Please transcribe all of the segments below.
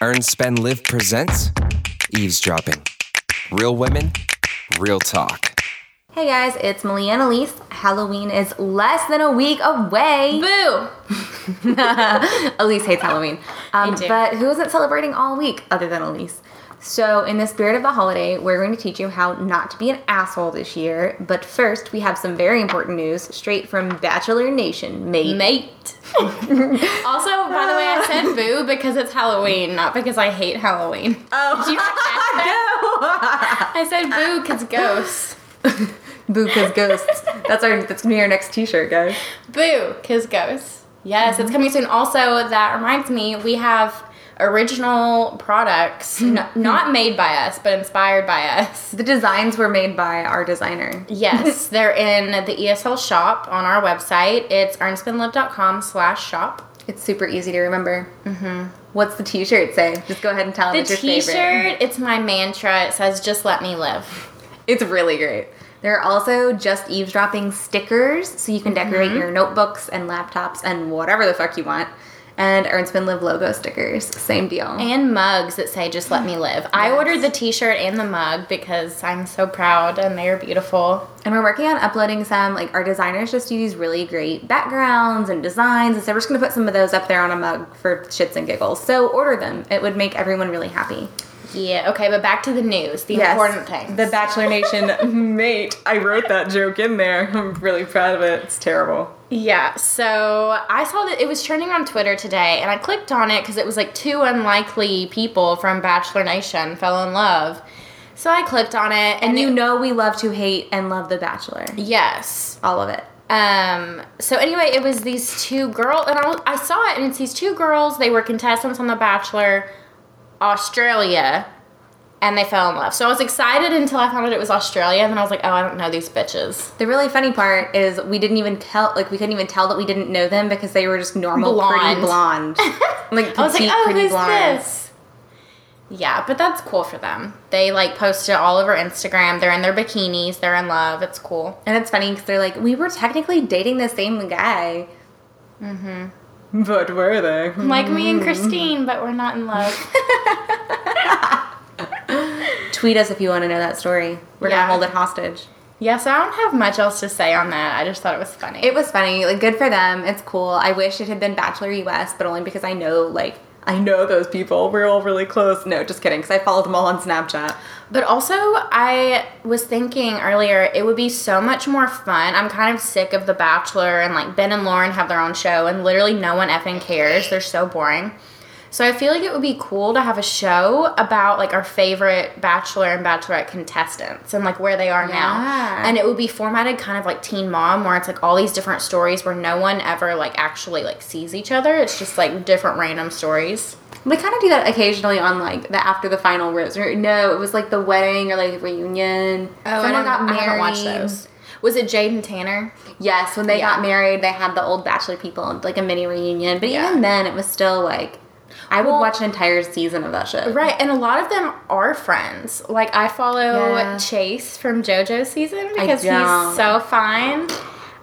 Earn, Spend, Live presents Eavesdropping. Real women, real talk. Hey guys, it's Malia and Elise. Halloween is less than a week away. Boo! Elise hates Halloween. Um, do. but who isn't celebrating all week other than Elise? So, in the spirit of the holiday, we're going to teach you how not to be an asshole this year. But first, we have some very important news straight from Bachelor Nation, mate. Mate. also, by the way, I said boo because it's Halloween, not because I hate Halloween. Oh. Did you catch that? I said boo because ghosts. Booka's ghosts. That's our. That's gonna be our next T-shirt, guys. Boo because ghosts. Yes, it's coming soon. Also, that reminds me, we have original products, n- not made by us, but inspired by us. The designs were made by our designer. Yes, they're in the ESL shop on our website. It's earnspinlove.com slash shop. It's super easy to remember. Mm-hmm. What's the T-shirt say? Just go ahead and tell them The it's your t favorite. shirt, it's my mantra. It says, just let me live. It's really great. There are also just eavesdropping stickers, so you can decorate your notebooks and laptops and whatever the fuck you want. And Earn Spin Live logo stickers, same deal. and mugs that say just let me live i ordered the t-shirt and the mug because i'm so proud and they're beautiful And we're working on uploading some, like our designers just do these really great backgrounds and designs, and so we're just gonna put some of those up there on a mug for shits and giggles. So order them; it would make everyone really happy. yeah okay but back to the news the important thing The Bachelor Nation mate. I wrote that joke in there. I'm really proud of it. It's terrible. yeah so i saw that it was trending on twitter today and i clicked on it because it was like two unlikely people from bachelor nation fell in love so i clicked on it and, And you it- know we love to hate and love The Bachelor. yes All of it. Um, so anyway, it was these two girls, and I, I saw it, and it's these two girls. They were contestants on The Bachelor, Australia, and they fell in love. So I was excited until I found out it was Australia, and then I was like, oh, I don't know these bitches. The really funny part is we didn't even tell, like, we couldn't even tell that we didn't know them because they were just normal, pretty blonde. Like, petite, I was like, oh, pretty who's blonde. this? Yeah, but that's cool for them. They like posted all over Instagram. They're in their bikinis. They're in love. It's cool. And it's funny because they're like, we were technically dating the same guy. Mm-hmm. But were they? Like me and Christine, but we're not in love. Tweet us if you want to know that story. We're Yeah. gonna hold it hostage. yeah, so I don't have much else to say on that. I just thought it was funny. It was funny. Like, good for them. It's cool. I wish it had been Bachelor US, but only because I know, like, I know those people. We're all really close. No, just kidding. Because I followed them all on Snapchat. But also, I was thinking earlier, it would be so much more fun. I'm kind of sick of The Bachelor and like Ben and Lauren have their own show, and literally no one effing cares. They're so boring. So I feel like it would be cool to have a show about like our favorite Bachelor and Bachelorette contestants and like where they are now. Yeah. And it would be formatted kind of like Teen Mom, where it's like all these different stories where no one ever like actually like sees each other. It's just like different random stories. We kind of do that occasionally on like the after the final rose. Or, no, it was like the wedding or like the reunion. Someone got married. Was it Jade and Tanner? Yes, when they Yeah. got married, they had the old bachelor people and like a mini reunion. But Yeah. even then, it was still like I would Well- watch an entire season of that shit. Right, and a lot of them are friends. Like I follow Yeah. Chase from JoJo season because he's don't. so fine.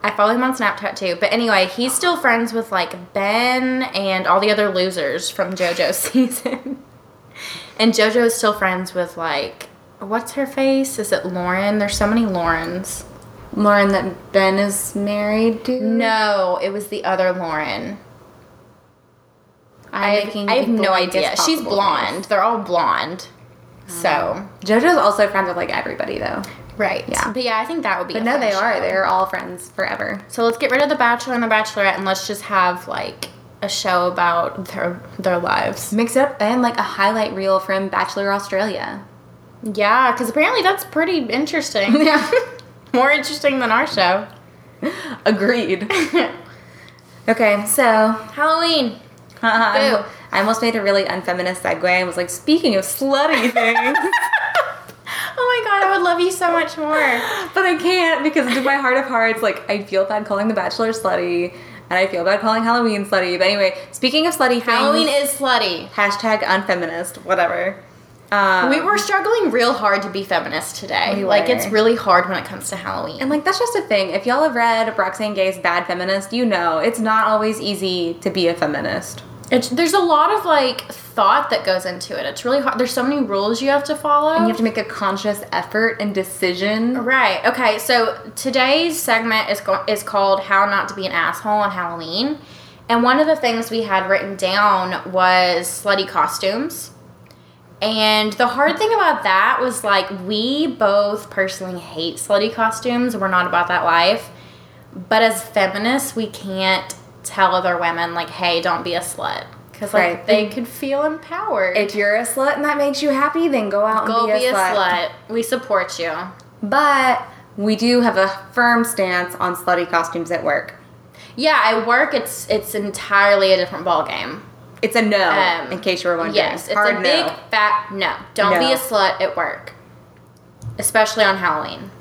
I follow him on Snapchat too. But anyway, he's still friends with like Ben and all the other losers from JoJo season. and JoJo is still friends with like what's her face? Is it Lauren? There's so many Laurens. Lauren, that Ben is married to. No, it was the other Lauren. I I'm have, making I have the no blankest idea. She's possible blonde. They're all blonde. So JoJo's also friends with like everybody though. Right. Yeah. But yeah, I think that would be. But a no, fun they are. show. They're all friends forever. So let's get rid of the Bachelor and the Bachelorette, and let's just have like a show about their their lives. Mix it up and like a highlight reel from Bachelor Australia. Yeah, because apparently that's pretty interesting. Yeah. More interesting than our show. Agreed. okay, so Halloween. Uh-huh. Uh, I almost made a really unfeminist segue and was like, speaking of slutty things, Oh my god, I would love you so much more. but I can't because in my heart of hearts, like, I feel bad calling The Bachelor slutty and I feel bad calling Halloween slutty. But anyway, speaking of slutty things, Halloween is slutty. hashtag unfeminist, whatever. Um, We were struggling real hard to be feminist today. We like it's were. really hard when it comes to Halloween. And like that's just a thing. If y'all have read Roxane Gay's Bad Feminist, you know it's not always easy to be a feminist. It's, there's a lot of like thought that goes into it. It's really hard. There's so many rules you have to follow. And you have to make a conscious effort and decision. Right. Okay. So today's segment is go- is called "How Not to Be an Asshole on Halloween," and one of the things we had written down was slutty costumes. And the hard thing about that was like we both personally hate slutty costumes. We're not about that life, but as feminists, we can't tell other women like, "Hey, don't be a slut," because like Right. they could feel empowered. If you're a slut and that makes you happy, then go out and Go be, a, slut. We support you. But we do have a firm stance on slutty costumes at work. Yeah, I work. It's it's entirely a different ball game. It's a no, Um, in case you were wondering. Yes, it's Hard a no. big fat no. Don't be No. a slut at work, especially on Halloween.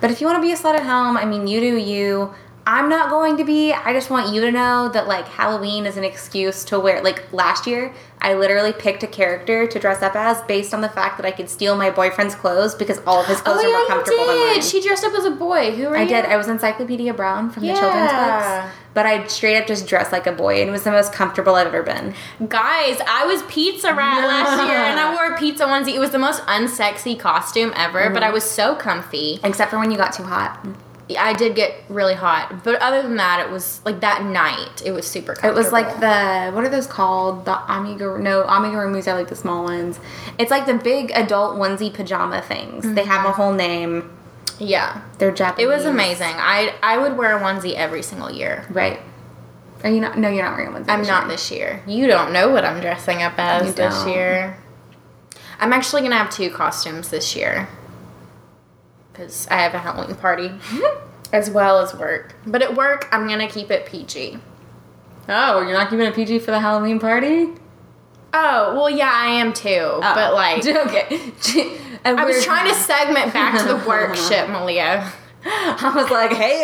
But if you want to be a slut at home, I mean, you do you. I'm not going to be. I just want you to know that like Halloween is an excuse to wear. Like last year, I literally picked a character to dress up as based on the fact that I could steal my boyfriend's clothes because all of Oh his clothes are more comfortable than mine. She dressed up as a boy. Who are I you? did. I was Encyclopedia Brown from the children's Yeah. books, but I straight up just dressed like a boy and it was the most comfortable I've ever been. Guys, I was pizza rat last year, and I wore a pizza onesie. It was the most unsexy costume ever, but Mm-hmm. I was so comfy. Except for when you got too hot. I did get really hot, but other than that, it was like that night. It was super. It comfortable. was like the what are those called? The amigurumi? No, amigurumis are like the small ones. It's like the big adult onesie pajama things. They have a whole name. yeah. They're Japanese. Mm-hmm. It was amazing. I I would wear a onesie every single year. Right? Are you not? No, you're not wearing one. I'm not this year. You don't know what I'm dressing up as You this don't. year. I'm actually gonna have two costumes this year because I have a Halloween party as well as work. But at work, I'm gonna keep it PG. Oh, you're not giving a PG for the Halloween party? Oh well, yeah, I am too. Oh. But like, okay. I was trying to segment back to the work shit, Malia. I was like, hey,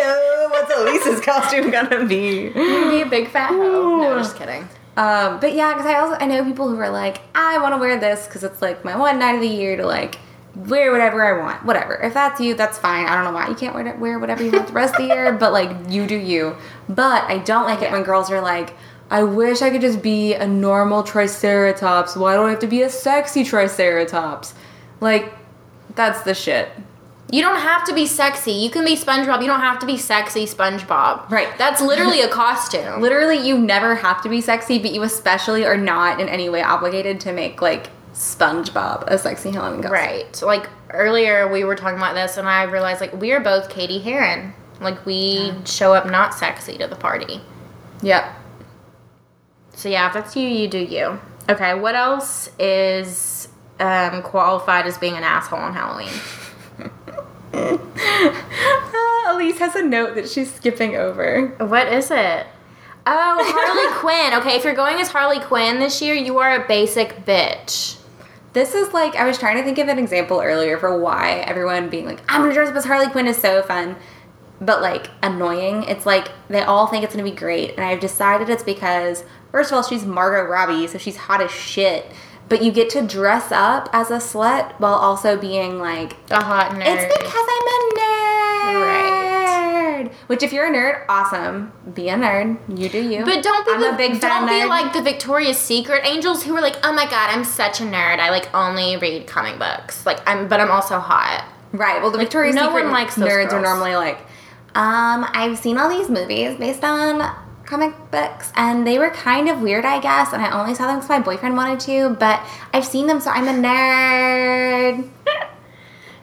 what's Elisa's costume gonna be? Be a big fat hoe. No, just kidding. Um, but yeah, because I also I know people who are like, I want to wear this because it's like my one night of the year to like wear whatever I want, whatever. If that's you, that's fine. I don't know why you can't wear wear whatever you want the rest of the year, but like you do you. But I don't like it when girls are like, I wish I could just be a normal triceratops. Why do I have to be a sexy triceratops? Like, that's the shit. You don't have to be sexy. You can be SpongeBob. You don't have to be sexy SpongeBob. Right. That's literally a costume. Literally, you never have to be sexy, but you especially are not in any way obligated to make like SpongeBob a sexy Halloween costume. Right. So, Like earlier we were talking about this and I realized like we are both Katie Heron. Like we show up not sexy to the party. Yep. So yeah, if that's you, you do you. Okay, what else is um, qualified as being an asshole on Halloween? Uh, Elise has a note that she's skipping over. What is it? Oh, Harley Quinn. Okay, if you're going as Harley Quinn this year, you are a basic bitch. This is like, I was trying to think of an example earlier for why everyone being like, I'm gonna dress up as Harley Quinn is so fun, but like annoying. It's like they all think it's gonna be great, and I've decided it's because, first of all, she's Margot Robbie, so she's hot as shit, but you get to dress up as a slut while also being like, A hot nerd. It's because I'm a nerd. Right. Which, if you're a nerd, awesome. Be a nerd. You do you. But don't be I'm the, a big don't fan be nerd. like the Victoria's Secret angels who are like, oh my god, I'm such a nerd. I like only read comic books. Like I'm, but I'm also hot. right. Well, the Victoria's no Secret one likes those nerds are girls. normally like, um, I've seen all these movies based on comic books, and they were kind of weird, I guess. And I only saw them because my boyfriend wanted to. But I've seen them, so I'm a nerd.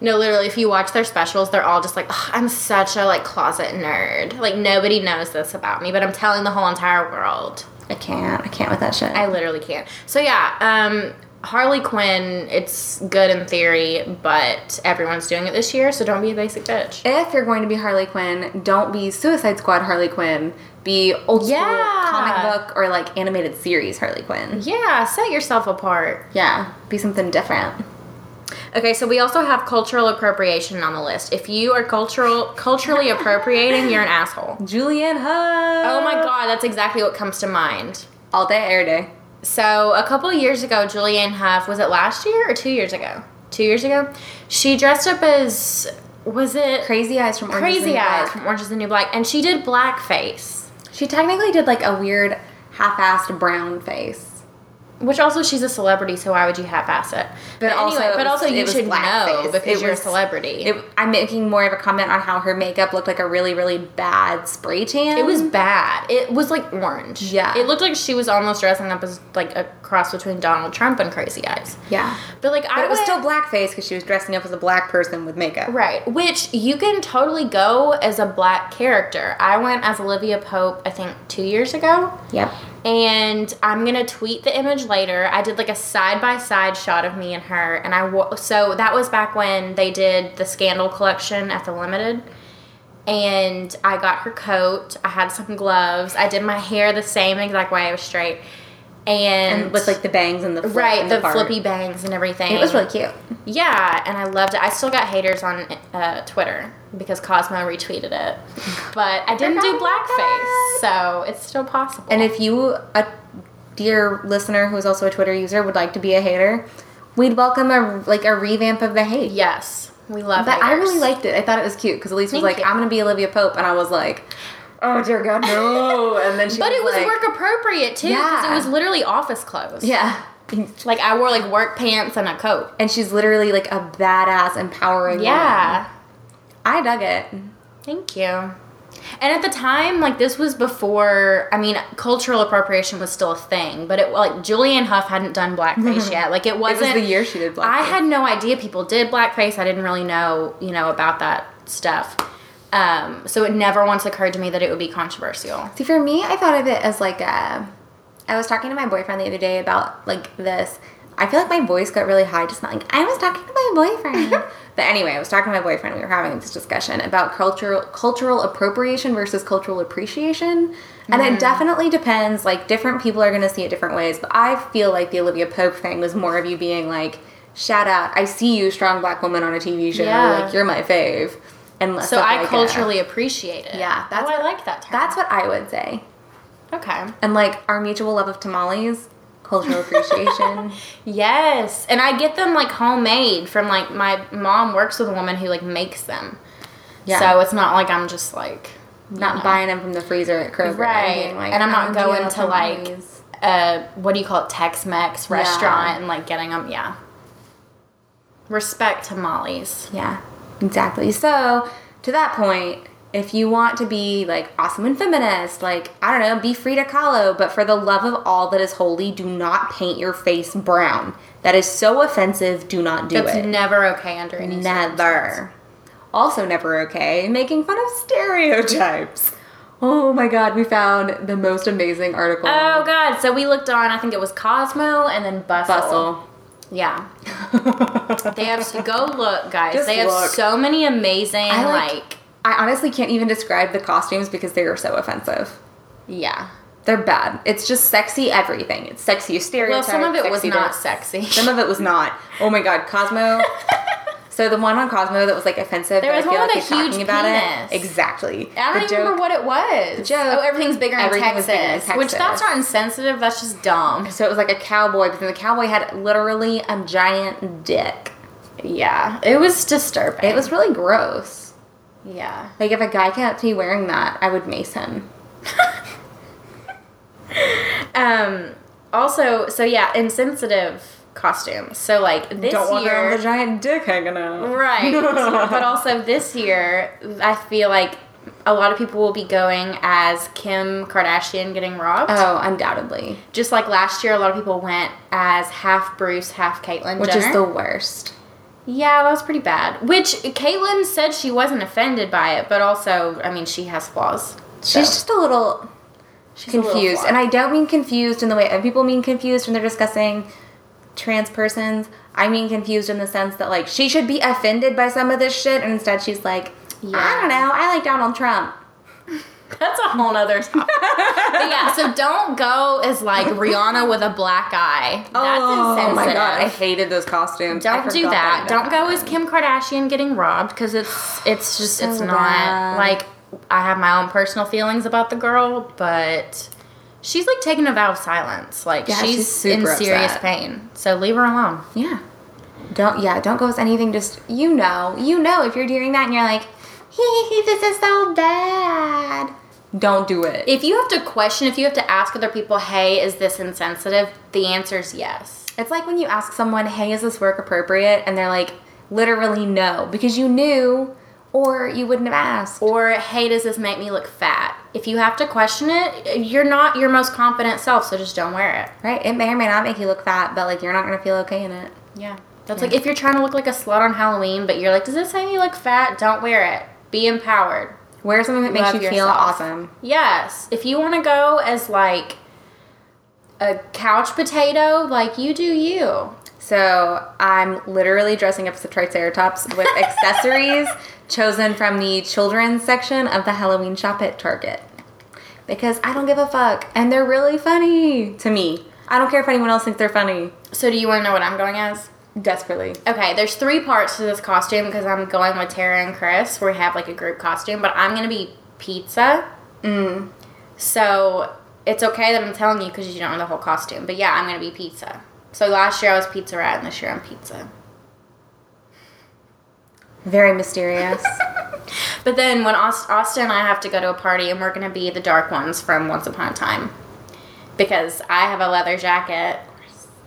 No, literally, if you watch their specials, they're all just like, "Ugh, I'm such a like closet nerd. Like nobody knows this about me, but I'm telling the whole entire world. I can't. I can't with that shit. I literally can't. So yeah, um, Harley Quinn. It's good in theory, but everyone's doing it this year, so don't be a basic bitch. if you're going to be Harley Quinn, don't be Suicide Squad Harley Quinn. Be old school Yeah. comic book or like animated series Harley Quinn. Yeah, set yourself apart. Yeah, be something different. Okay, so we also have cultural appropriation on the list. If you are cultural culturally appropriating, you're an asshole. Julianne Hough. Oh my god, that's exactly what comes to mind. All day, air day. So a couple years ago, Julianne Hough was it last year or two years ago? Two years ago, she dressed up as was it Crazy Eyes from Orange is the Crazy New Eyes Black. from Orange Is the New Black, and she did blackface. She technically did like a weird half-assed brown face. Which also, she's a celebrity, so why would you half-ass it? But also anyway, it but was- also, it you was should know blackface. because It you're was- a celebrity. It, It, I'm making more of a comment on how her makeup looked like a really, really bad spray tan. was bad. It was like orange. Yeah. it looked like she was almost dressing up as like a cross between Donald Trump and Crazy Eyes. yeah, But like, I but it was would- still blackface because she was dressing up as a black person with makeup. Right, which you can totally go as a black character. I went as Olivia Pope, I think, two years ago. Yep. And I'm gonna tweet the image later. I did like a side by side shot of me and her, and I wa- so that was back when they did the Scandal collection at the Limited. And I got her coat. I had some gloves. I did my hair the same exact way. I was straight, and, And with like the bangs and the flip right and the, part. flippy bangs and everything. It was really cute. Yeah, and I loved it. I still got haters on uh, Twitter because Cosmo retweeted it, but I didn't do Forgot about blackface, so it's still possible. And if you, a dear listener who is also a Twitter user, would like to be a hater, we'd welcome a like a revamp of the hate. yes, we love. But I haters. really liked it. I thought it was cute because Elise was Thank like, you. "I'm gonna be Olivia Pope," and I was like, "Oh dear God, no!" And then she, But it was like, work appropriate too, because Yeah. it was literally office clothes. Yeah, like I wore like work pants and a coat. and she's literally like a badass, empowering. woman. Yeah, I dug it. thank you. And at the time, like this was before. I mean, cultural appropriation was still a thing, but it like Julianne Hough hadn't done blackface yet. Like it It wasn't was the year she did black. I had no idea people did blackface. I didn't really know, you know, about that stuff. Um, so it never once occurred to me that it would be controversial. See, for me, I thought of it as like a. I was talking to my boyfriend the other day about like this. I feel like my voice got really high just not like I was talking to my boyfriend. but anyway, I was talking to my boyfriend. We were having this discussion about cultural cultural appropriation versus cultural appreciation, and Mm. it definitely depends. Like different people are going to see it different ways. But I feel like the Olivia Pope thing was more of you being like, "Shout out, I see you, strong black woman on a TV show. Yeah. Like you're my fave." And less So of, I like, a- culturally appreciate it. Yeah, that's that's oh, I what- like that term. that's what I would say okay. and like our mutual love of tamales, cultural appreciation. Yes, and I get them like homemade from like my mom works with a woman who like makes them. Yeah. So it's not like I'm just like not buying them from the freezer at Kroger. Right. being like, And I'm not "Oh, going yeah, to, like- tamales." uh what do you call it Tex-Mex Yeah. restaurant and like getting them. Yeah. Respect tamales. Yeah, exactly. So to that point, if you want to be like awesome and feminist, like I don't know, be Frida Kahlo, but for the love of all that is holy, do not paint your face brown. That is so offensive. Do not do That's it. never okay under any circumstance. Never. Also, never okay. Making fun of stereotypes. Oh my god, we found the most amazing article. Oh God! So we looked on. I think it was Cosmo and then Bustle. Bustle. Yeah. they have so go look, guys. Just they have look. so many amazing I like, like- I honestly can't even describe the costumes because they are so offensive. yeah. They're bad. It's just sexy everything. It's sexy Well, stereotypes. some of it was sexy not this. sexy. Some of it was not. Oh my god, Cosmo. so the one on Cosmo that was like offensive. There that was I feel one like with is a huge talking about penis. it. Exactly. I don't The even joke- remember what it was. joke. Oh, everything's bigger in Everything Texas, was bigger in Which Texas. that's not insensitive. That's just dumb. So it was like a cowboy, but then the cowboy had literally a giant dick. Yeah, it was disturbing. It was really gross. yeah. Like if a guy came up to me wearing that, I would mace him. Um. Also, so yeah, insensitive costumes. So like this year, giant dick hanging out. Right. but also this year, I feel like a lot of people will be going as Kim Kardashian getting robbed. Oh, undoubtedly. Just like last year, a lot of people went as half Bruce, half Caitlyn Which Jenner. is the worst. yeah, that was pretty bad. Which Caitlyn said she wasn't offended by it, but also, I mean, she has flaws. She's just a little She's a little confused. flawed. and I don't mean confused in the way other people mean confused when they're discussing trans persons. I mean confused in the sense that like she should be offended by some of this shit and instead she's like, I Yeah. don't know, I like Donald Trump. That's a whole nother topic. but yeah, so don't go as like Rihanna with a black eye. That's insensitive. Oh my god, I hated those costumes. I Don't do forgot that. that Don't go happened. as Kim Kardashian getting robbed because it's it's just it's So not bad. like I have my own personal feelings about the girl, but she's like taking a vow of silence. Like Yeah, she's, she's super in serious upset. pain. So leave her alone. Yeah. Don't yeah, don't go with anything just you know. You know if you're doing that and you're like, hee hee hee, this is so bad. Don't do it. If you have to question, if you have to ask other people, hey, is this insensitive? The answer is yes. It's like when you ask someone, hey, is this work appropriate? And they're like, literally no, because you knew or you wouldn't have asked. Or, hey, does this make me look fat? If you have to question it, you're not your most confident self, so just don't wear it. Right? It may or may not make you look fat, but like you're not gonna feel okay in it. Yeah. That's like if you're trying to look like a slut on Halloween, but you're like, does this make me look fat? Don't wear it. Be empowered. Wear something that makes Love you feel yourself. awesome. Yes. If you want to go as like a couch potato, like you do you. So I'm literally dressing up as a Triceratops with accessories chosen from the children's section of the Halloween shop at Target. Because I don't give a fuck. And they're really funny to me. I don't care if anyone else thinks they're funny. So do you want to know what I'm going as? Desperately. Okay, there's three parts to this costume because I'm going with Tara and Chris. We have like a group costume, but I'm gonna be pizza. Mm. So it's okay that I'm telling you because you don't know the whole costume. But yeah, I'm gonna be pizza. So last year I was pizza rat, and this year I'm pizza. Very mysterious. But then when Aust- Austin and I have to go to a party, and we're gonna be the dark ones from Once Upon a Time, because I have a leather jacket.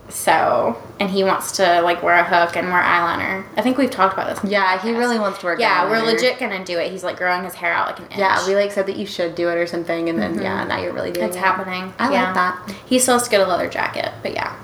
So and he wants to like wear a hook and wear eyeliner. I think we've talked about this. in the yeah, he podcast. really wants to work Yeah, down we're there. legit gonna do it. He's like growing his hair out like an inch. Yeah, we like said that you should do it or something, and then yeah, now you're really doing it's it. happening. I yeah. like that. He still has to get a leather jacket, but yeah.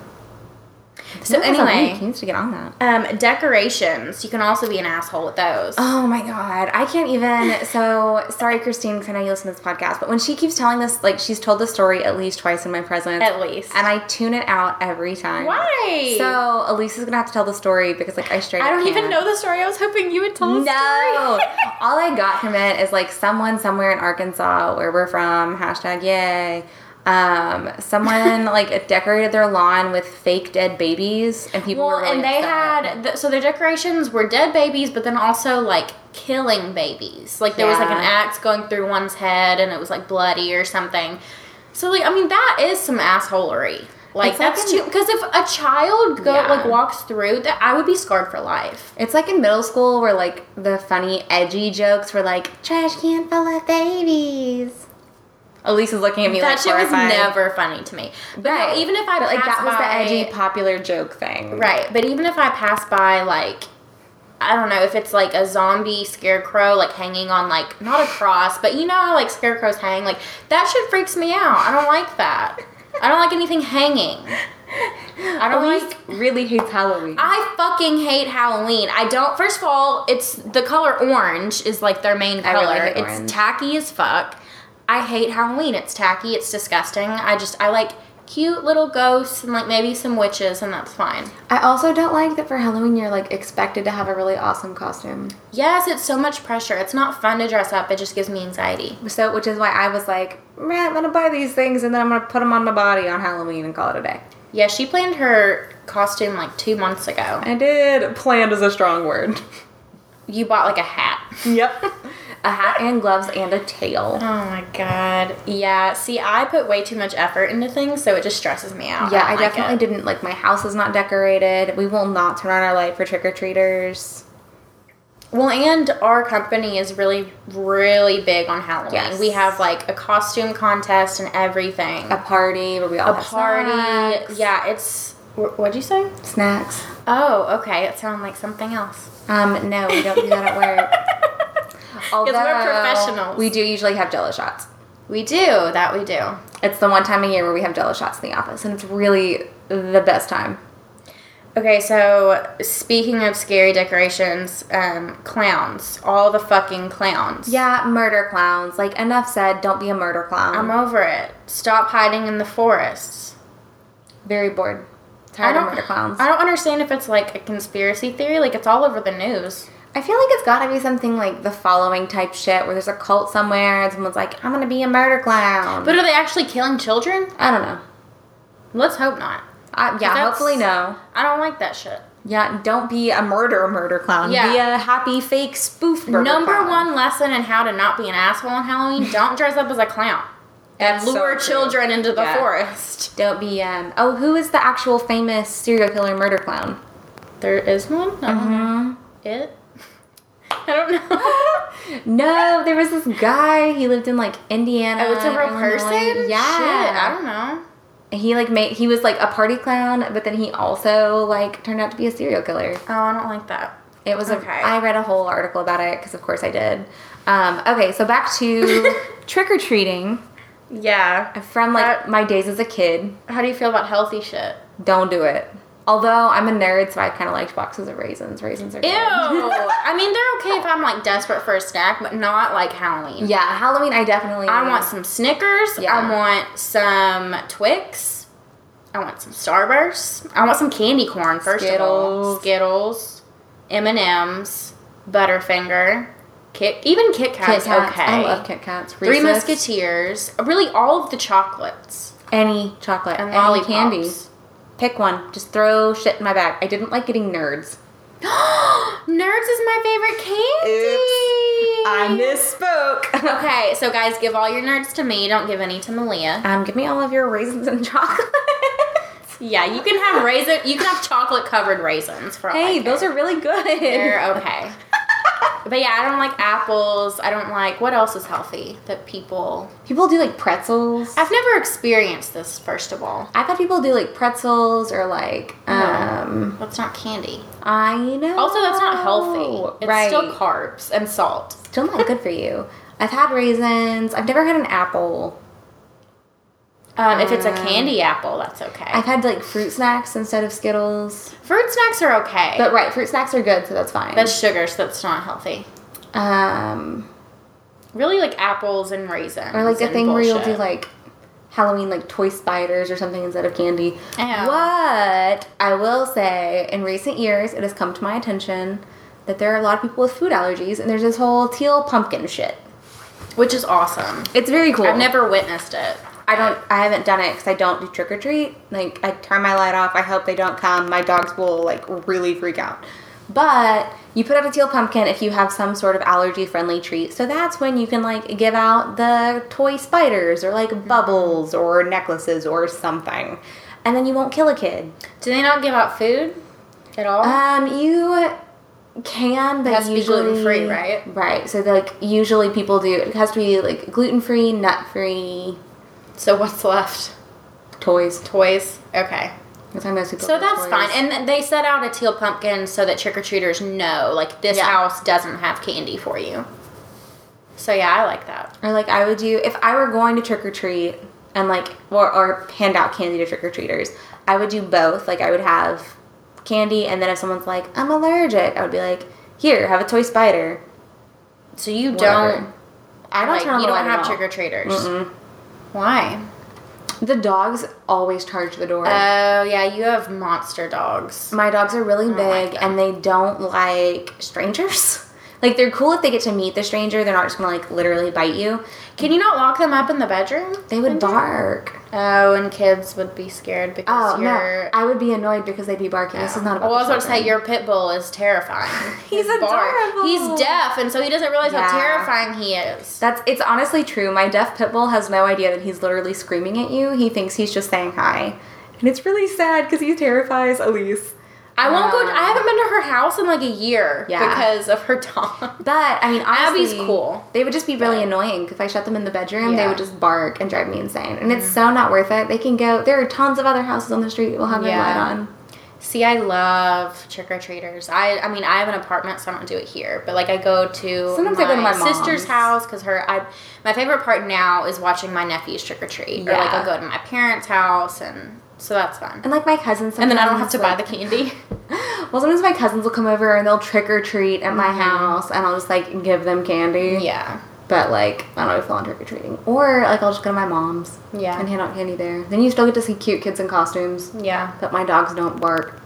So So anyway, he anyway, needs to get on that. um, decorations. You can also be an asshole with those. Oh my god, I can't even. So sorry, Christine, because I know you listen to this podcast, but when she keeps telling this, like she's told the story at least twice in my presence, At least. and I tune it out every time. Why? So Elise is gonna have to tell the story because like I straight. I up don't even can't. know the story. I was hoping you would tell the No. story. All I got from it is like someone somewhere in Arkansas, where we're from, hashtag yay. Um, someone like decorated their lawn with fake dead babies, and people Well, were really and they upset. had th- so their decorations were dead babies, but then also like killing babies. Like there was like an Yeah. axe going through one's head, and it was like bloody or something. So like I mean that is some assholery. Like It's like that's an- too because if a child go Yeah. like walks through that, I would be scarred for life. It's like in middle school where like the funny edgy jokes were like trash can full of babies. Elise is looking at me that like shit was horrified. never funny to me. But no, Right. even if I But like pass that was by- the edgy popular joke thing. Right, but even if I pass by, like, I don't know if it's like a zombie scarecrow, like hanging on, like, not a cross, but you know how, like, scarecrows hang? Like, that shit freaks me out. I don't like that. I don't like anything hanging. I don't Elise like. really hates Halloween. I fucking hate Halloween. I don't. First of all, it's the color orange is like their main I really color. hate it's orange. tacky as fuck. I hate Halloween. It's tacky. It's disgusting. I just I like cute little ghosts and like maybe some witches and that's fine. I also don't like that for Halloween you're like expected to have a really awesome costume. Yes, it's so much pressure. It's not fun to dress up. It just gives me anxiety. So which is why I was like, man, I'm gonna buy these things and then I'm gonna put them on my body on Halloween and call it a day. Yeah, she planned her costume like two months ago. I did. Planned is a strong word. You bought like a hat. yep. A hat and gloves and a tail. Oh my god. Yeah, see, I put way too much effort into things, so it just stresses me out. Yeah, don't I like definitely it. didn't like my house is not decorated. We will not turn on our light for trick or treaters. Well, and our company is really, really big on Halloween. Yes. We have like a costume contest and everything. A party where we all A have party. snacks. Yeah, it's. wh- What'd you say? snacks. Oh, okay. It sounded like something else. Um, no, we don't do that at work. Although professionals. we do usually have Jello shots. We do. That we do. It's the one time a year where we have Jello shots in the office, and it's really the best time. Okay, so speaking of scary decorations, um, clowns. All the fucking clowns. Yeah, murder clowns. Like enough said. Don't be a murder clown. I'm over it. Stop hiding in the forests. Um, very bored. Tired of murder clowns. I don't understand if it's like a conspiracy theory. Like it's all over the news. I feel like it's gotta be something like the following type shit where there's a cult somewhere and someone's like, I'm gonna be a murder clown. But are they actually killing children? I don't know. Let's hope not. I, yeah, That's- hopefully no. I don't like that shit. Yeah, don't be a murder murder clown. Yeah. Be a happy fake spoof murder Number clown. one lesson in how to not be an asshole on Halloween: don't dress up as a clown and That's so lure true. children into the Yeah. forest. Don't be um oh who is the actual famous serial killer murder clown? Mm-hmm. There is one. I don't know. It. I don't know. No, there was this guy. He lived in like Indiana. oh, it's a real Illinois. person? Yeah. Shit, I don't know. He like made he was like a party clown, but then he also like turned out to be a serial killer. Oh, I don't like that. It was Okay. a I read a whole article about it because of course I did. Um, okay, so back to trick or treating Yeah. from like That- my days as a kid. How do you feel about healthy shit? Don't do it. Although I'm a nerd, so I kind of liked boxes of raisins. Raisins are Ew. good. I mean, they're okay if I'm like desperate for a snack, but not like Halloween. yeah, Halloween I definitely. I want some Snickers. Yeah. I want some Twix. I want some Starbursts. I want some candy corn. First of Skittles. all, Skittles, M and M's, Butterfinger, Kit, even Kit Kit Kat's Kats. okay. I love Kit Kats. Three Reese's, Musketeers. Really, all of the chocolates Any chocolate. and any lollipops. candy. Pick one. Just throw shit in my bag. I didn't like getting nerds. Nerds is my favorite candy. misspoke. Okay, so guys, give all your nerds to me. Don't give any to Malia. Um, give me all of your raisins and chocolate. Yeah, you can have raisin. You can have chocolate covered raisins for all I hey, care. those are really good. They're okay. but yeah, I don't like apples. I don't like what else is healthy that people. People do like pretzels. I've never experienced this. First of all, I've had people do like pretzels or like um that's not candy. I know. Also, that's not healthy. It's right. still carbs and salt. Still not good for you. I've had raisins. I've never had an apple. Um, if it's a candy apple, that's okay. I've had like fruit snacks instead of Skittles. Fruit snacks are okay. But right, fruit snacks are good, so that's fine. that's sugar, so that's not healthy. um Really like apples and raisins. or like a and thing where you'll do bullshit. like Halloween like toy spiders or something instead of candy. Ew. What I will say, in recent years, it has come to my attention that there are a lot of people with food allergies, and there's this whole teal pumpkin shit. which is awesome. It's very cool. I've never witnessed it. I don't. I haven't done it because I don't do trick or treat. Like I turn my light off. I hope they don't come. My dogs will like really freak out. But you put out a teal pumpkin if you have some sort of allergy friendly treat. So that's when you can like give out the toy spiders or Mm-hmm. like bubbles or necklaces or something, and then you won't kill a kid. Do they not give out food at all? Um, you can, but It has to be usually gluten-free, right? Right. So like usually people do. It has to be like gluten free, nut free so what's left? toys. Toys. Okay. That's how most people. So get that's toys. fine. And th- they set out a teal pumpkin so that trick or treaters know, like, this Yeah. house doesn't have candy for you. So yeah, I like that. or like I would do if I were going to trick or treat and like or, or hand out candy to trick or treaters. I would do both. Like I would have candy, and then if someone's like, "I'm allergic," I would be like, "Here, have a toy spider." So you Whatever. don't. I don't like, turn on you the don't light at have all. trick or treaters. Why? The dogs always charge the door. Oh yeah, you have monster dogs. My dogs are really like big and they don't like strangers. Like they're cool if they get to meet the stranger. They're not just gonna like literally bite you. Can you not lock them up in the bedroom? They would bark. Oh, and kids would be scared because Oh you're. no! I would be annoyed because they'd be barking. This is not about. Well, I was the about to say children. your pit bull is terrifying. He's His bark- adorable. He's deaf, and so he doesn't realize Yeah. how terrifying he is. That's it's honestly true. My deaf pit bull has no idea that he's literally screaming at you. He thinks he's just saying hi, and it's really sad because he terrifies Elise. I won't go. Um, I haven't been to her house in like a year Yeah. because of her dog. But I mean, honestly, Abby's cool. They would just be really annoying if I shut them in the bedroom. They Yeah. Mm-hmm. would just bark and drive me insane, and it's so not worth it. They can go. There are tons of other houses on the street that will have their Yeah. light on. See, I love trick or treaters. I, I mean, I have an apartment, so I don't do it here. But like, I go to Sometimes I go to my mom's. sister's house because her. I my favorite part now is watching my nephews trick or treat, or Yeah. like I'll go to my parents' house, and so that's fun. And like my cousins, And then I don't have to buy sometimes, the candy. like- Well, sometimes my cousins will come over and they'll trick or treat at Mm-hmm. my house, and I'll just like give them candy. yeah. But like, I don't know if I'm trick or treating, or like I'll just go to my mom's. Yeah. And hand out candy there. Then you still get to see cute kids in costumes. Yeah. But my dogs don't bark.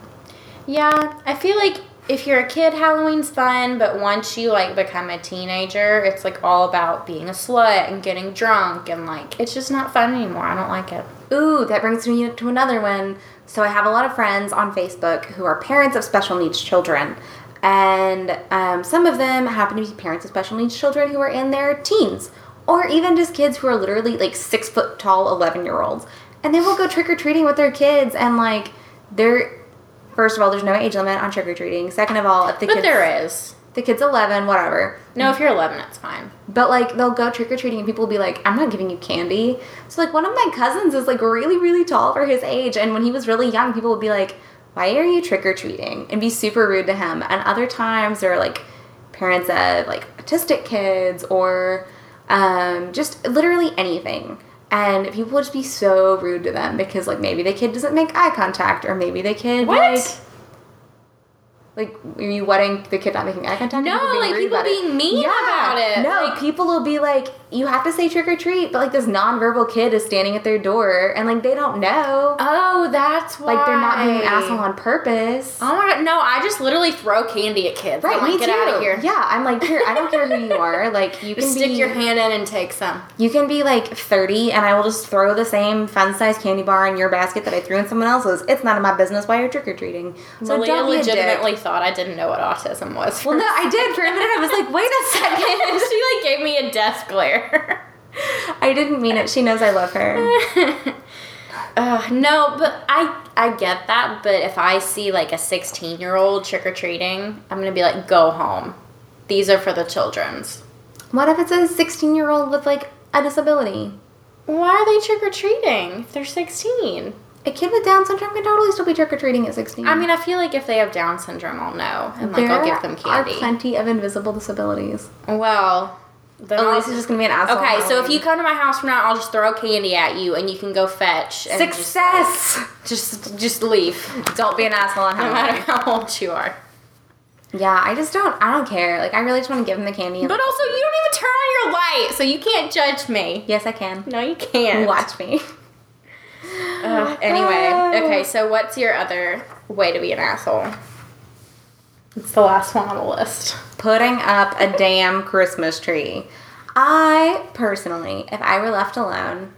Yeah, I feel like if you're a kid, Halloween's fun, but once you like become a teenager, it's like all about being a slut and getting drunk and like it's just not fun anymore. I don't like it. Ooh, that brings me to another one. So I have a lot of friends on Facebook who are parents of special needs children. And um, some of them happen to be parents of special needs children who are in their teens, or even just kids who are literally like six foot tall 11 year olds. And they will go trick or treating with their kids, and like, they're, first of all, there's no age limit on trick or treating. Second of all, if the But kids. there is. The kid's 11, whatever. No, if you're 11, it's fine. But like they'll go trick or treating and people will be like, I'm not giving you candy. So like one of my cousins is like really, really tall for his age. And when he was really young, people would be like, Why are you trick or treating? And be super rude to him. And other times there are like parents of like autistic kids or um, just literally anything. And people would just be so rude to them because like maybe the kid doesn't make eye contact or maybe the kid What? like like were you wedding the kid not making eye contact? No, like, rude people about it. being mean about it. No, Like- people will be like, you have to say trick or treat, but like this nonverbal kid is standing at their door and like they don't know, Oh, that's why. like they're not being an asshole on purpose. Oh my god, no, I just literally throw candy at kids. Right, I'm like, me get too. out of here. Yeah, I'm like, here, I don't care who you are. Like, you can Just stick be, your hand in and take some. You can be like 30, and I will just throw the same fun-sized candy bar in your basket that I threw in someone else's. It's none of my business why you're trick or treating. So Malia don't be a dick. legitimately thought I didn't know what autism was. Well, no, I did for a minute. I was like, wait a second. she like gave me a death glare. I didn't mean it. She knows I love her. Ugh, Uh, no, but I I get that. But if I see like a 16 year old trick or treating, I'm gonna be like, go home. These are for the children's. What if it's a 16 year old with like a disability? Why are they trick or treating? If they're 16. A kid with Down syndrome can totally still be trick or treating at 16. I mean, I feel like if they have Down syndrome, I'll know, and like there I'll give them candy. are plenty of invisible disabilities. well, then I'll- Elise is just gonna be an asshole. Okay, on so if Halloween. you come to my house from now, I'll just throw candy at you, and you can go fetch. And success, Just, just, just leave, don't be an asshole on no matter Halloween. how old you are. Yeah, I just don't. I don't care. Like I really just want to give them the candy. and- But also, you don't even turn on your light, so you can't judge me. yes, I can. No, you can't. Watch me. Ugh, anyway, okay. So, what's your other way to be an asshole? It's the last one on the list. putting up a damn Christmas tree. I personally, if I were left alone,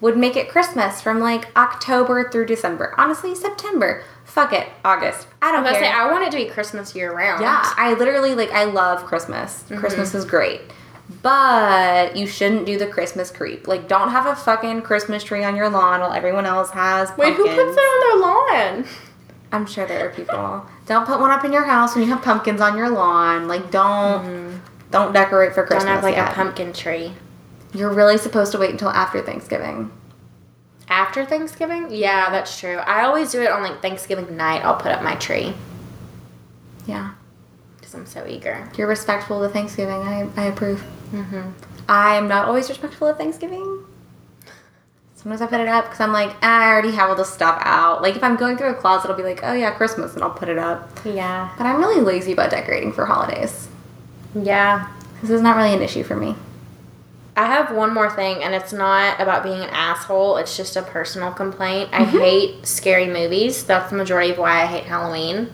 would make it Christmas from like October through December. Honestly, September. Fuck it, August. I I don't was care. gonna say I want it to be Christmas year round. yeah, I literally like I love Christmas. Mm-hmm. Christmas is great. But you shouldn't do the Christmas creep. Like don't have a fucking Christmas tree on your lawn while everyone else has Wait, who pumpkins. puts it on their lawn? I'm sure there are people. don't put one up in your house when you have pumpkins on your lawn. Like don't don't decorate for Christmas. Mm-hmm. Don't have like yet. a pumpkin tree. You're really supposed to wait until after Thanksgiving. After Thanksgiving? Yeah, that's true. I always do it on like Thanksgiving night. I'll put up my tree Yeah. because I'm so eager. You're respectful to Thanksgiving. I, I approve. Mm-hmm. I'm not always respectful of Thanksgiving. Sometimes I put it up because I'm like, "Ah, I already have all this stuff out. Like, if I'm going through a closet, I'll be like, oh yeah, Christmas, and I'll put it up. Yeah. But I'm really lazy about decorating for holidays. Yeah. This is not really an issue for me. I have one more thing, and it's not about being an asshole. It's just a personal complaint. I Mm-hmm. hate scary movies. That's the majority of why I hate Halloween.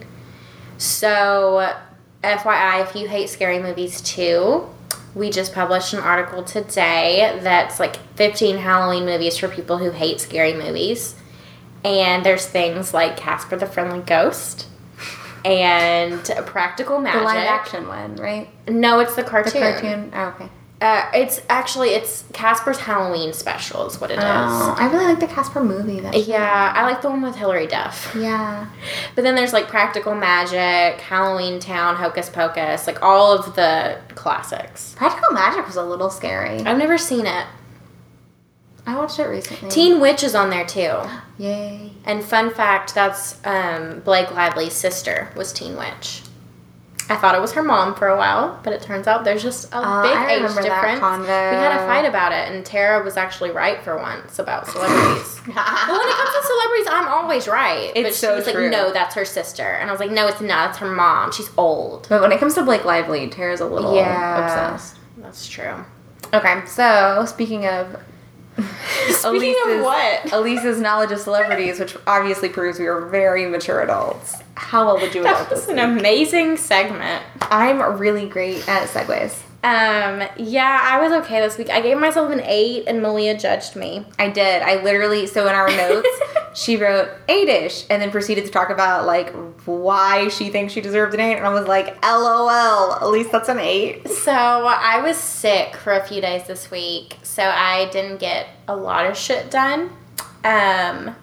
So, FYI, if you hate scary movies too, we just published an article today that's like 15 Halloween movies for people who hate scary movies. And there's things like Casper the Friendly Ghost and Practical The Magic. live action one, right? No, it's the The cartoon. cartoon. Oh, okay. Uh, it's actually it's Casper's Halloween special is what it is. Oh, I really like the Casper movie. That Yeah, I like the one with Hilary Duff. Yeah. But then there's like Practical Magic, Halloween Town, Hocus Pocus, like all of the classics. Practical Magic was a little scary. I've never seen it. I watched it recently. Teen Witch is on there too. Yay. And fun fact, that's um, Blake Lively's sister was Teen Witch. I thought it was her mom for a while, but it turns out there's just a Oh, big I age remember that difference. convo. We had a fight about it, and Tara was actually right for once about celebrities. Well, when it comes to celebrities, I'm always right. but It's she so was true. like, no, that's her sister. And I was like, no, it's not. It's her mom. She's old. But when it comes to Blake Lively, Tara's a little obsessed. That's true. Okay, so speaking of Speaking of what? Elise's knowledge of celebrities, which obviously proves we are very mature adults. How well would you That adult was this? an amazing segment. I'm really great at segues. Um, yeah, I was okay this week. I gave myself an eight, and Malia judged me. I did. I literally so in our notes she wrote eight ish and then proceeded to talk about like why she thinks she deserved an eight and I was like, LOL, Elise, that's an eight. So I was sick for a few days this week, so I didn't get a lot of shit done. Um, and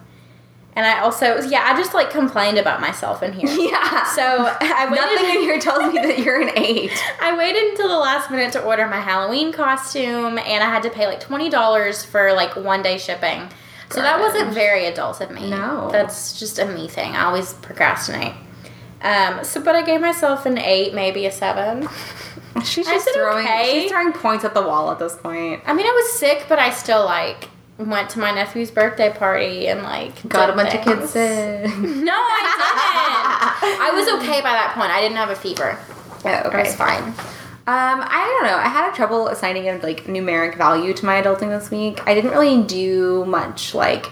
And I also, yeah, I just like complained about myself in here. Yeah. So I waited. Nothing in here tells me that you're an eight. I waited until the last minute to order my Halloween costume, and I had to pay like twenty dollars for like one day shipping. So that Garbage. wasn't very adult of me. No. that's just a me thing. I always procrastinate. Um, so, but I gave myself an eight, maybe a seven. She's I just said throwing. okay. She's throwing points at the wall at this point. I mean, I was sick, but I still like went to my nephew's birthday party and like Got a did bunch of kids things. in. No, I didn't. I was okay by that point. I didn't have a fever. Oh, I was fine. Um, I don't know. I had trouble assigning a like numeric value to my adulting this week. I didn't really do much like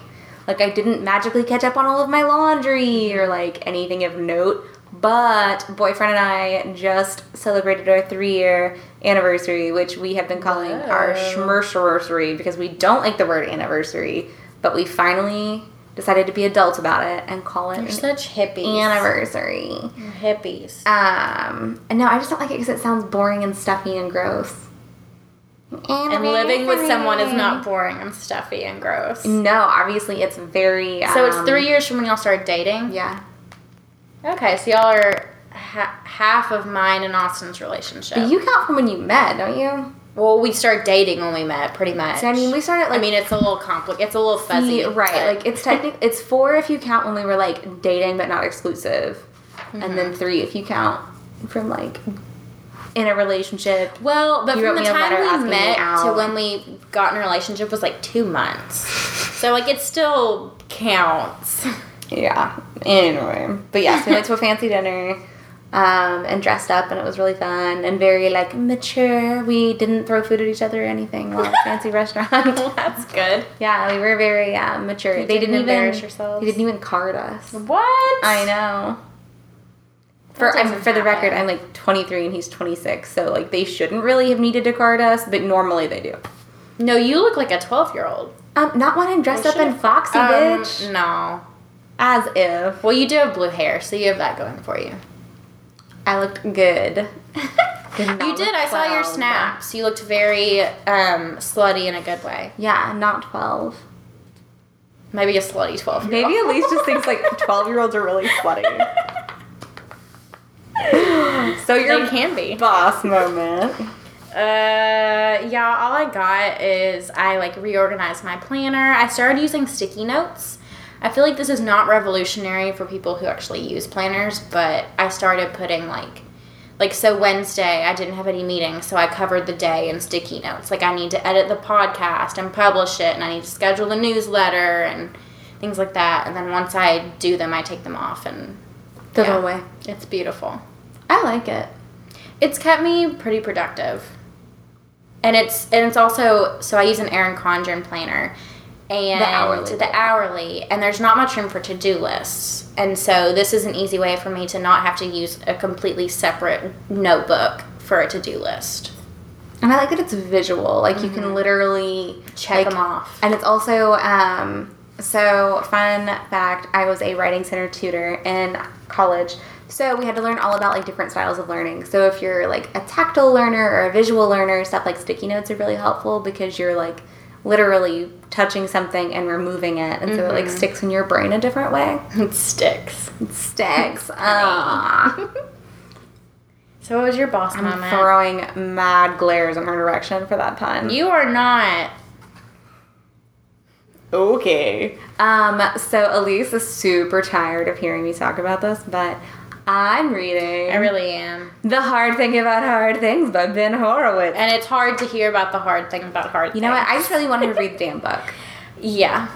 like I didn't magically catch up on all of my laundry or like anything of note. But boyfriend and I just celebrated our three year anniversary, which we have been calling our Whoa. schmershiversary because we don't like the word anniversary, but we finally decided to be adults about it and call it You're an such hippies. anniversary. You're hippies. Um, and no, I just don't like it because it sounds boring and stuffy and gross. And living with someone is not boring. I'm stuffy and gross. No, obviously it's very. So it's um, three years from when y'all started dating. Yeah. Okay, so y'all are ha- half of mine and Austin's relationship. But you count from when you met, don't you? well, we started dating when we met, pretty much. So I mean, we started like. I mean, it's a little complicated. It's a little fuzzy, see- right? but- Like it's technic. It's four if you count when we were like dating but not exclusive, and Mm-hmm. then three if you count from like in a relationship. well, but You from wrote the me a letter time asking we me met to out. when we got in a relationship was like two months. so like it still counts. Yeah. Anyway, but yes, we went to a fancy dinner um, and dressed up, and it was really fun and very like mature. We didn't throw food at each other or anything while at a fancy well, restaurant. that's good. yeah, we were very uh, mature. they didn't didn't embarrass even yourselves. They didn't even card us. What? I know. For I'm, doesn't for the record, happen. I'm like 23 and he's 26, so like they shouldn't really have needed to card us, but normally they do. No, you look like a twelve-year-old. Um, not when I'm dressed up in should've- foxy, Um, bitch. No. As if Well, you do have blue hair, so you have that going for you. I looked good. Did not you did. look I saw your well, snaps. You looked very um, slutty in a good way. Yeah, not 12. Maybe a slutty 12. Maybe Elise just thinks like 12 year olds are really slutty. so They your can be. boss moment. Uh, yeah, all I got is I like reorganized my planner. I started using sticky notes. I feel like this is not revolutionary for people who actually use planners, but I started putting like like so Wednesday I didn't have any meetings, so I covered the day in sticky notes. Like I need to edit the podcast and publish it and I need to schedule the newsletter and things like that. And then once I do them, I take them off and Throw yeah, them away. It's beautiful I like it. it's kept me pretty productive and it's and it's also so i use an erin condren planner and The hourly. the hourly, and there's not much room for to-do lists and so this is an easy way for me to not have to use a completely separate notebook for a to-do list And I like that it's visual. Like you can literally check like- them off And it's also um, so fun fact. I was a writing center tutor in college, so we had to learn all about like different styles of learning. So if you're like a tactile learner or a visual learner, stuff like sticky notes are really helpful because you're like literally touching something and removing it, and so it like sticks in your brain a different way. it sticks It sticks. Ah. so what was your boss I'm moment throwing mad glares in her direction for that pun. you are not Okay. Um, so Elise is super tired of hearing me talk about this, but I'm reading i really am The Hard Thing About Hard Things by Ben Horowitz. and it's hard to hear about the hard thing about hard you know what? I just really want her to read the damn book. yeah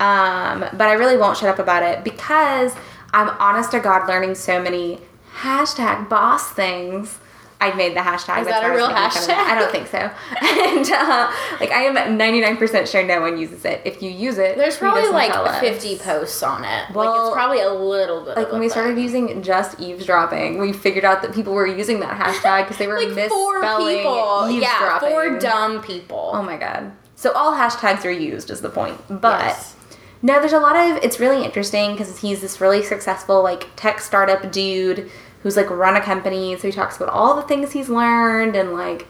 Um, but I really won't shut up about it because I'm honest to God learning so many hashtag boss things. I made the hashtag. Is that's that why a I was real making fun of that. hashtag? I don't think so. and uh, like I am 99% sure no one uses it. If you use it, There's tweet us probably and like tell us. 50 posts on it. like Well, it's probably a little bit. Like of when a we thing. started using just eavesdropping, we figured out that people were using that hashtag because they were like four misspelling people, yeah, eavesdropping. four dumb people. Oh my god. So all hashtags are used is the point. But Yes. no, there's a lot of it's really interesting because he's this really successful like tech startup dude who's like run a company. So he talks about all the things he's learned and like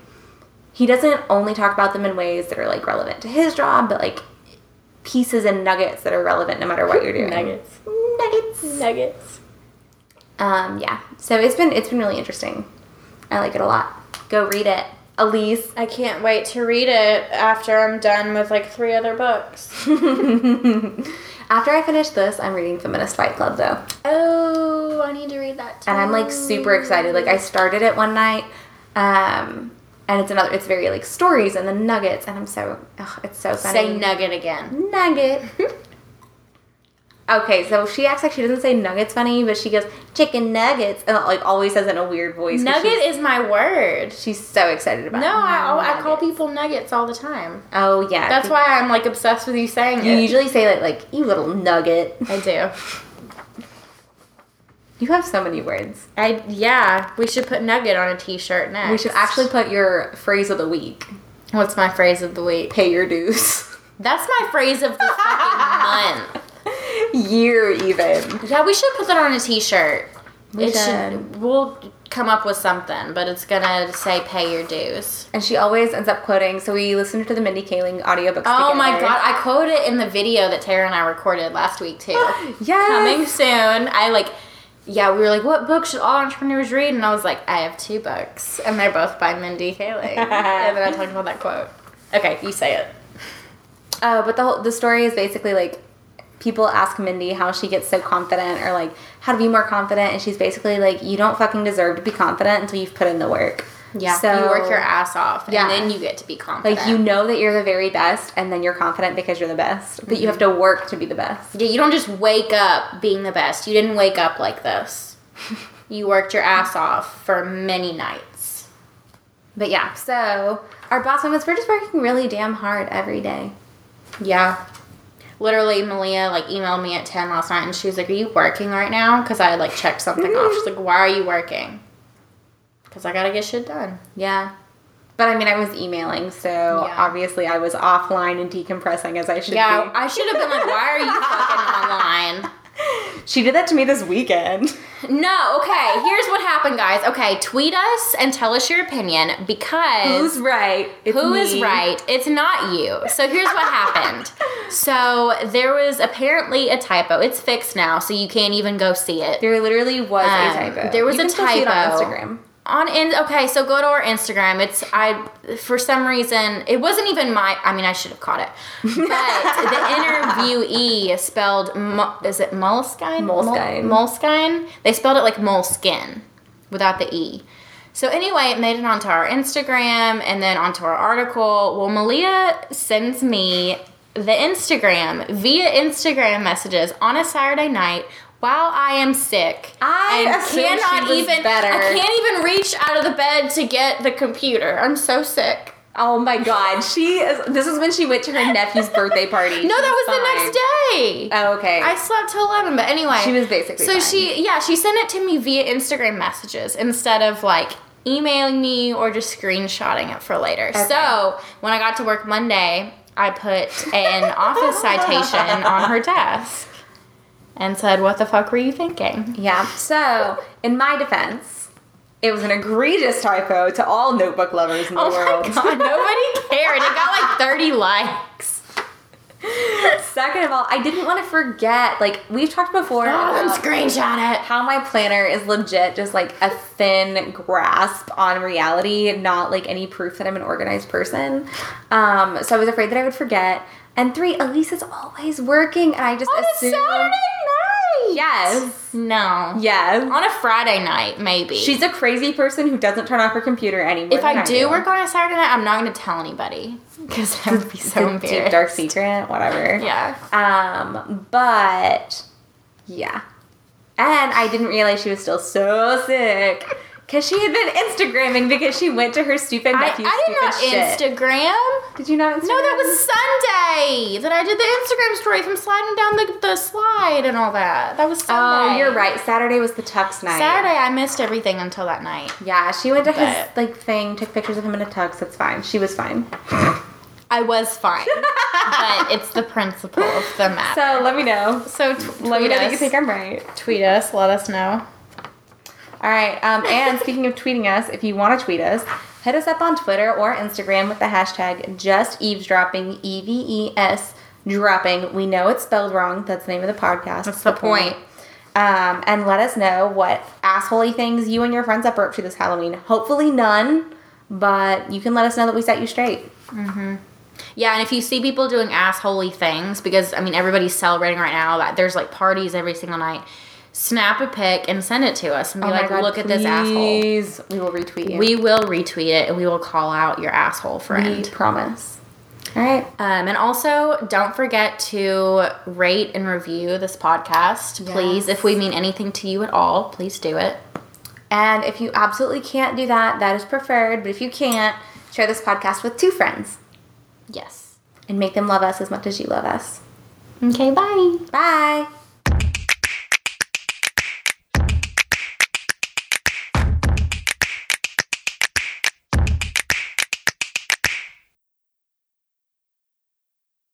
he doesn't only talk about them in ways that are like relevant to his job, but like pieces and nuggets that are relevant no matter what you're doing. Nuggets. Nuggets. Nuggets. Um, yeah. So it's been it's been really interesting. I like it a lot. Go read it. Elise. I can't wait to read it after I'm done with like three other books. After I finish this, I'm reading Feminist Fight Club though. Oh, I need to read that too. and I'm like super excited. Like I started it one night, um, and it's another. It's very like stories and the nuggets, and I'm so ugh, it's so funny. Say nugget again. nugget. okay, so she acts like she doesn't say nuggets funny, but she goes chicken nuggets, and like always says it in a weird voice. but Nugget She's, is my word. she's so excited about. No, it. I, I call Nuggets. people nuggets all the time. Oh yeah, That's why I'm like obsessed with you saying you it. usually say like like you little nugget. I do. You have so many words. I yeah. We should put nugget on a T-shirt next. We should actually put your phrase of the week. What's my phrase of the week? Pay your dues. That's my phrase of the fucking month. Year even. Yeah, we should put that on a T-shirt. We it should. We'll come up with something, but it's gonna say "Pay your dues." And she always ends up quoting. So we listened to the Mindy Kaling audiobooks. Oh my together. god, I quoted it in the video that Tara and I recorded last week too. Yes. Coming soon. I like. Yeah, we were like, what book should all entrepreneurs read? And I was like, I have two books, and they're both by Mindy Kaling. and then I talked about that quote. Okay, you say it. Uh, but the whole, the story is basically like people ask Mindy how she gets so confident or like how to be more confident, and she's basically like, you don't fucking deserve to be confident until you've put in the work. So you work your ass off, Yeah. and then you get to be confident. Like you know that you're the very best, and then you're confident because you're the best. But you have to work to be the best. Yeah, you don't just wake up being the best. You didn't wake up like this. you worked your ass off for many nights. But yeah, so our boss moments, we're just working really damn hard every day. Yeah. Literally, Malia like emailed me at ten last night, and she was like, "Are you working right now?" Because I had like checked something off. She's like, "Why are you working?" Because I gotta get shit done. Yeah. But I mean, I was emailing, so Yeah. obviously I was offline and decompressing as I should Yeah, be. I should have been like, "Why are you fucking online?" She did that to me this weekend. No, okay. Here's what happened, guys. Okay, tweet us and tell us your opinion because Who's right? It's Who is me. right? It's not you. So here's what happened. So there was apparently a typo. It's fixed now, so you can't even go see it. There literally was a Um, typo. there was You a can still see it on typo. Instagram. On in okay, so go to our Instagram. It's I for some reason it wasn't even my. I mean, I should have caught it, but the interviewee spelled mu- is it moleskine? Mol- Moleskine. moleskine. They spelled it like moleskin without the e. So anyway, it made it onto our Instagram and then onto our article. Well, Malia sends me the Instagram via Instagram messages on a Saturday night while I am sick. I and assumed she was even better. I can't even reach out of the bed to get the computer. I'm so sick. Oh my god, she is. This is when she went to her nephew's birthday party. No, that was the next day. Oh, okay. I slept till eleven, but anyway, She was basically so fine. she yeah she sent it to me via Instagram messages instead of like emailing me or just screenshotting it for later. So when I got to work Monday, I put an office citation on her desk and said, "What the fuck were you thinking?" yeah. So, in my defense, it was an egregious typo to all notebook lovers in the Oh world. my god, nobody cared. It got like thirty likes. Second of all, I didn't want to forget. Like we've talked before. Oh, and about- screenshot it. how my planner is legit just like a thin grasp on reality, not like any proof that I'm an organized person. Um, so I was afraid that I would forget. And three, Elise is always working, and I just On a assume. Saturday night. Yes, No. yes. On a Friday night, maybe. She's a crazy person who doesn't turn off her computer anymore. If I do work on a Saturday night, I'm not going to tell anybody because I would be so some embarrassed. deep dark secret, whatever. Yeah. Um, but yeah. And I didn't realize she was still so sick. Cause she had been Instagramming because she went to her stupid I, nephew's I stupid did not shit. Instagram. Did you not Instagram? No, that was Sunday that I did the Instagram story from sliding down the, the slide and all that. That was Oh, Sunday. you're right. Saturday was the tux night. Saturday, I missed everything until that night. Yeah, she went to his But- like thing, took pictures of him in a tux. It's fine. She was fine. I was fine, but it's the principle of the matter. So let me know. So, t- Let me tweet know that us. you think I'm right. tweet us. Let us know. All right. Um, and speaking of tweeting us, if you want to tweet us, hit us up on Twitter or Instagram with the hashtag just eavesdropping, E V E S dropping. We know it's spelled wrong. That's the name of the podcast. That's the point. Um, and let us know what assholey things you and your friends up are up to this Halloween. Hopefully none, but you can let us know that we set you straight. Yeah, and if you see people doing assholey things, because I mean everybody's celebrating right now, that there's like parties every single night. Snap a pic and send it to us and be like, look at this asshole. Oh please. We will retweet you. We will retweet it and we will call out your asshole we friend. promise. All right. Um, and also, don't forget to rate and review this podcast, please. If we mean anything to you at all, please do it. And if you absolutely can't do that, that is preferred. But if you can't, share this podcast with two friends Yes. and make them love us as much as you love us. Okay, bye. Bye.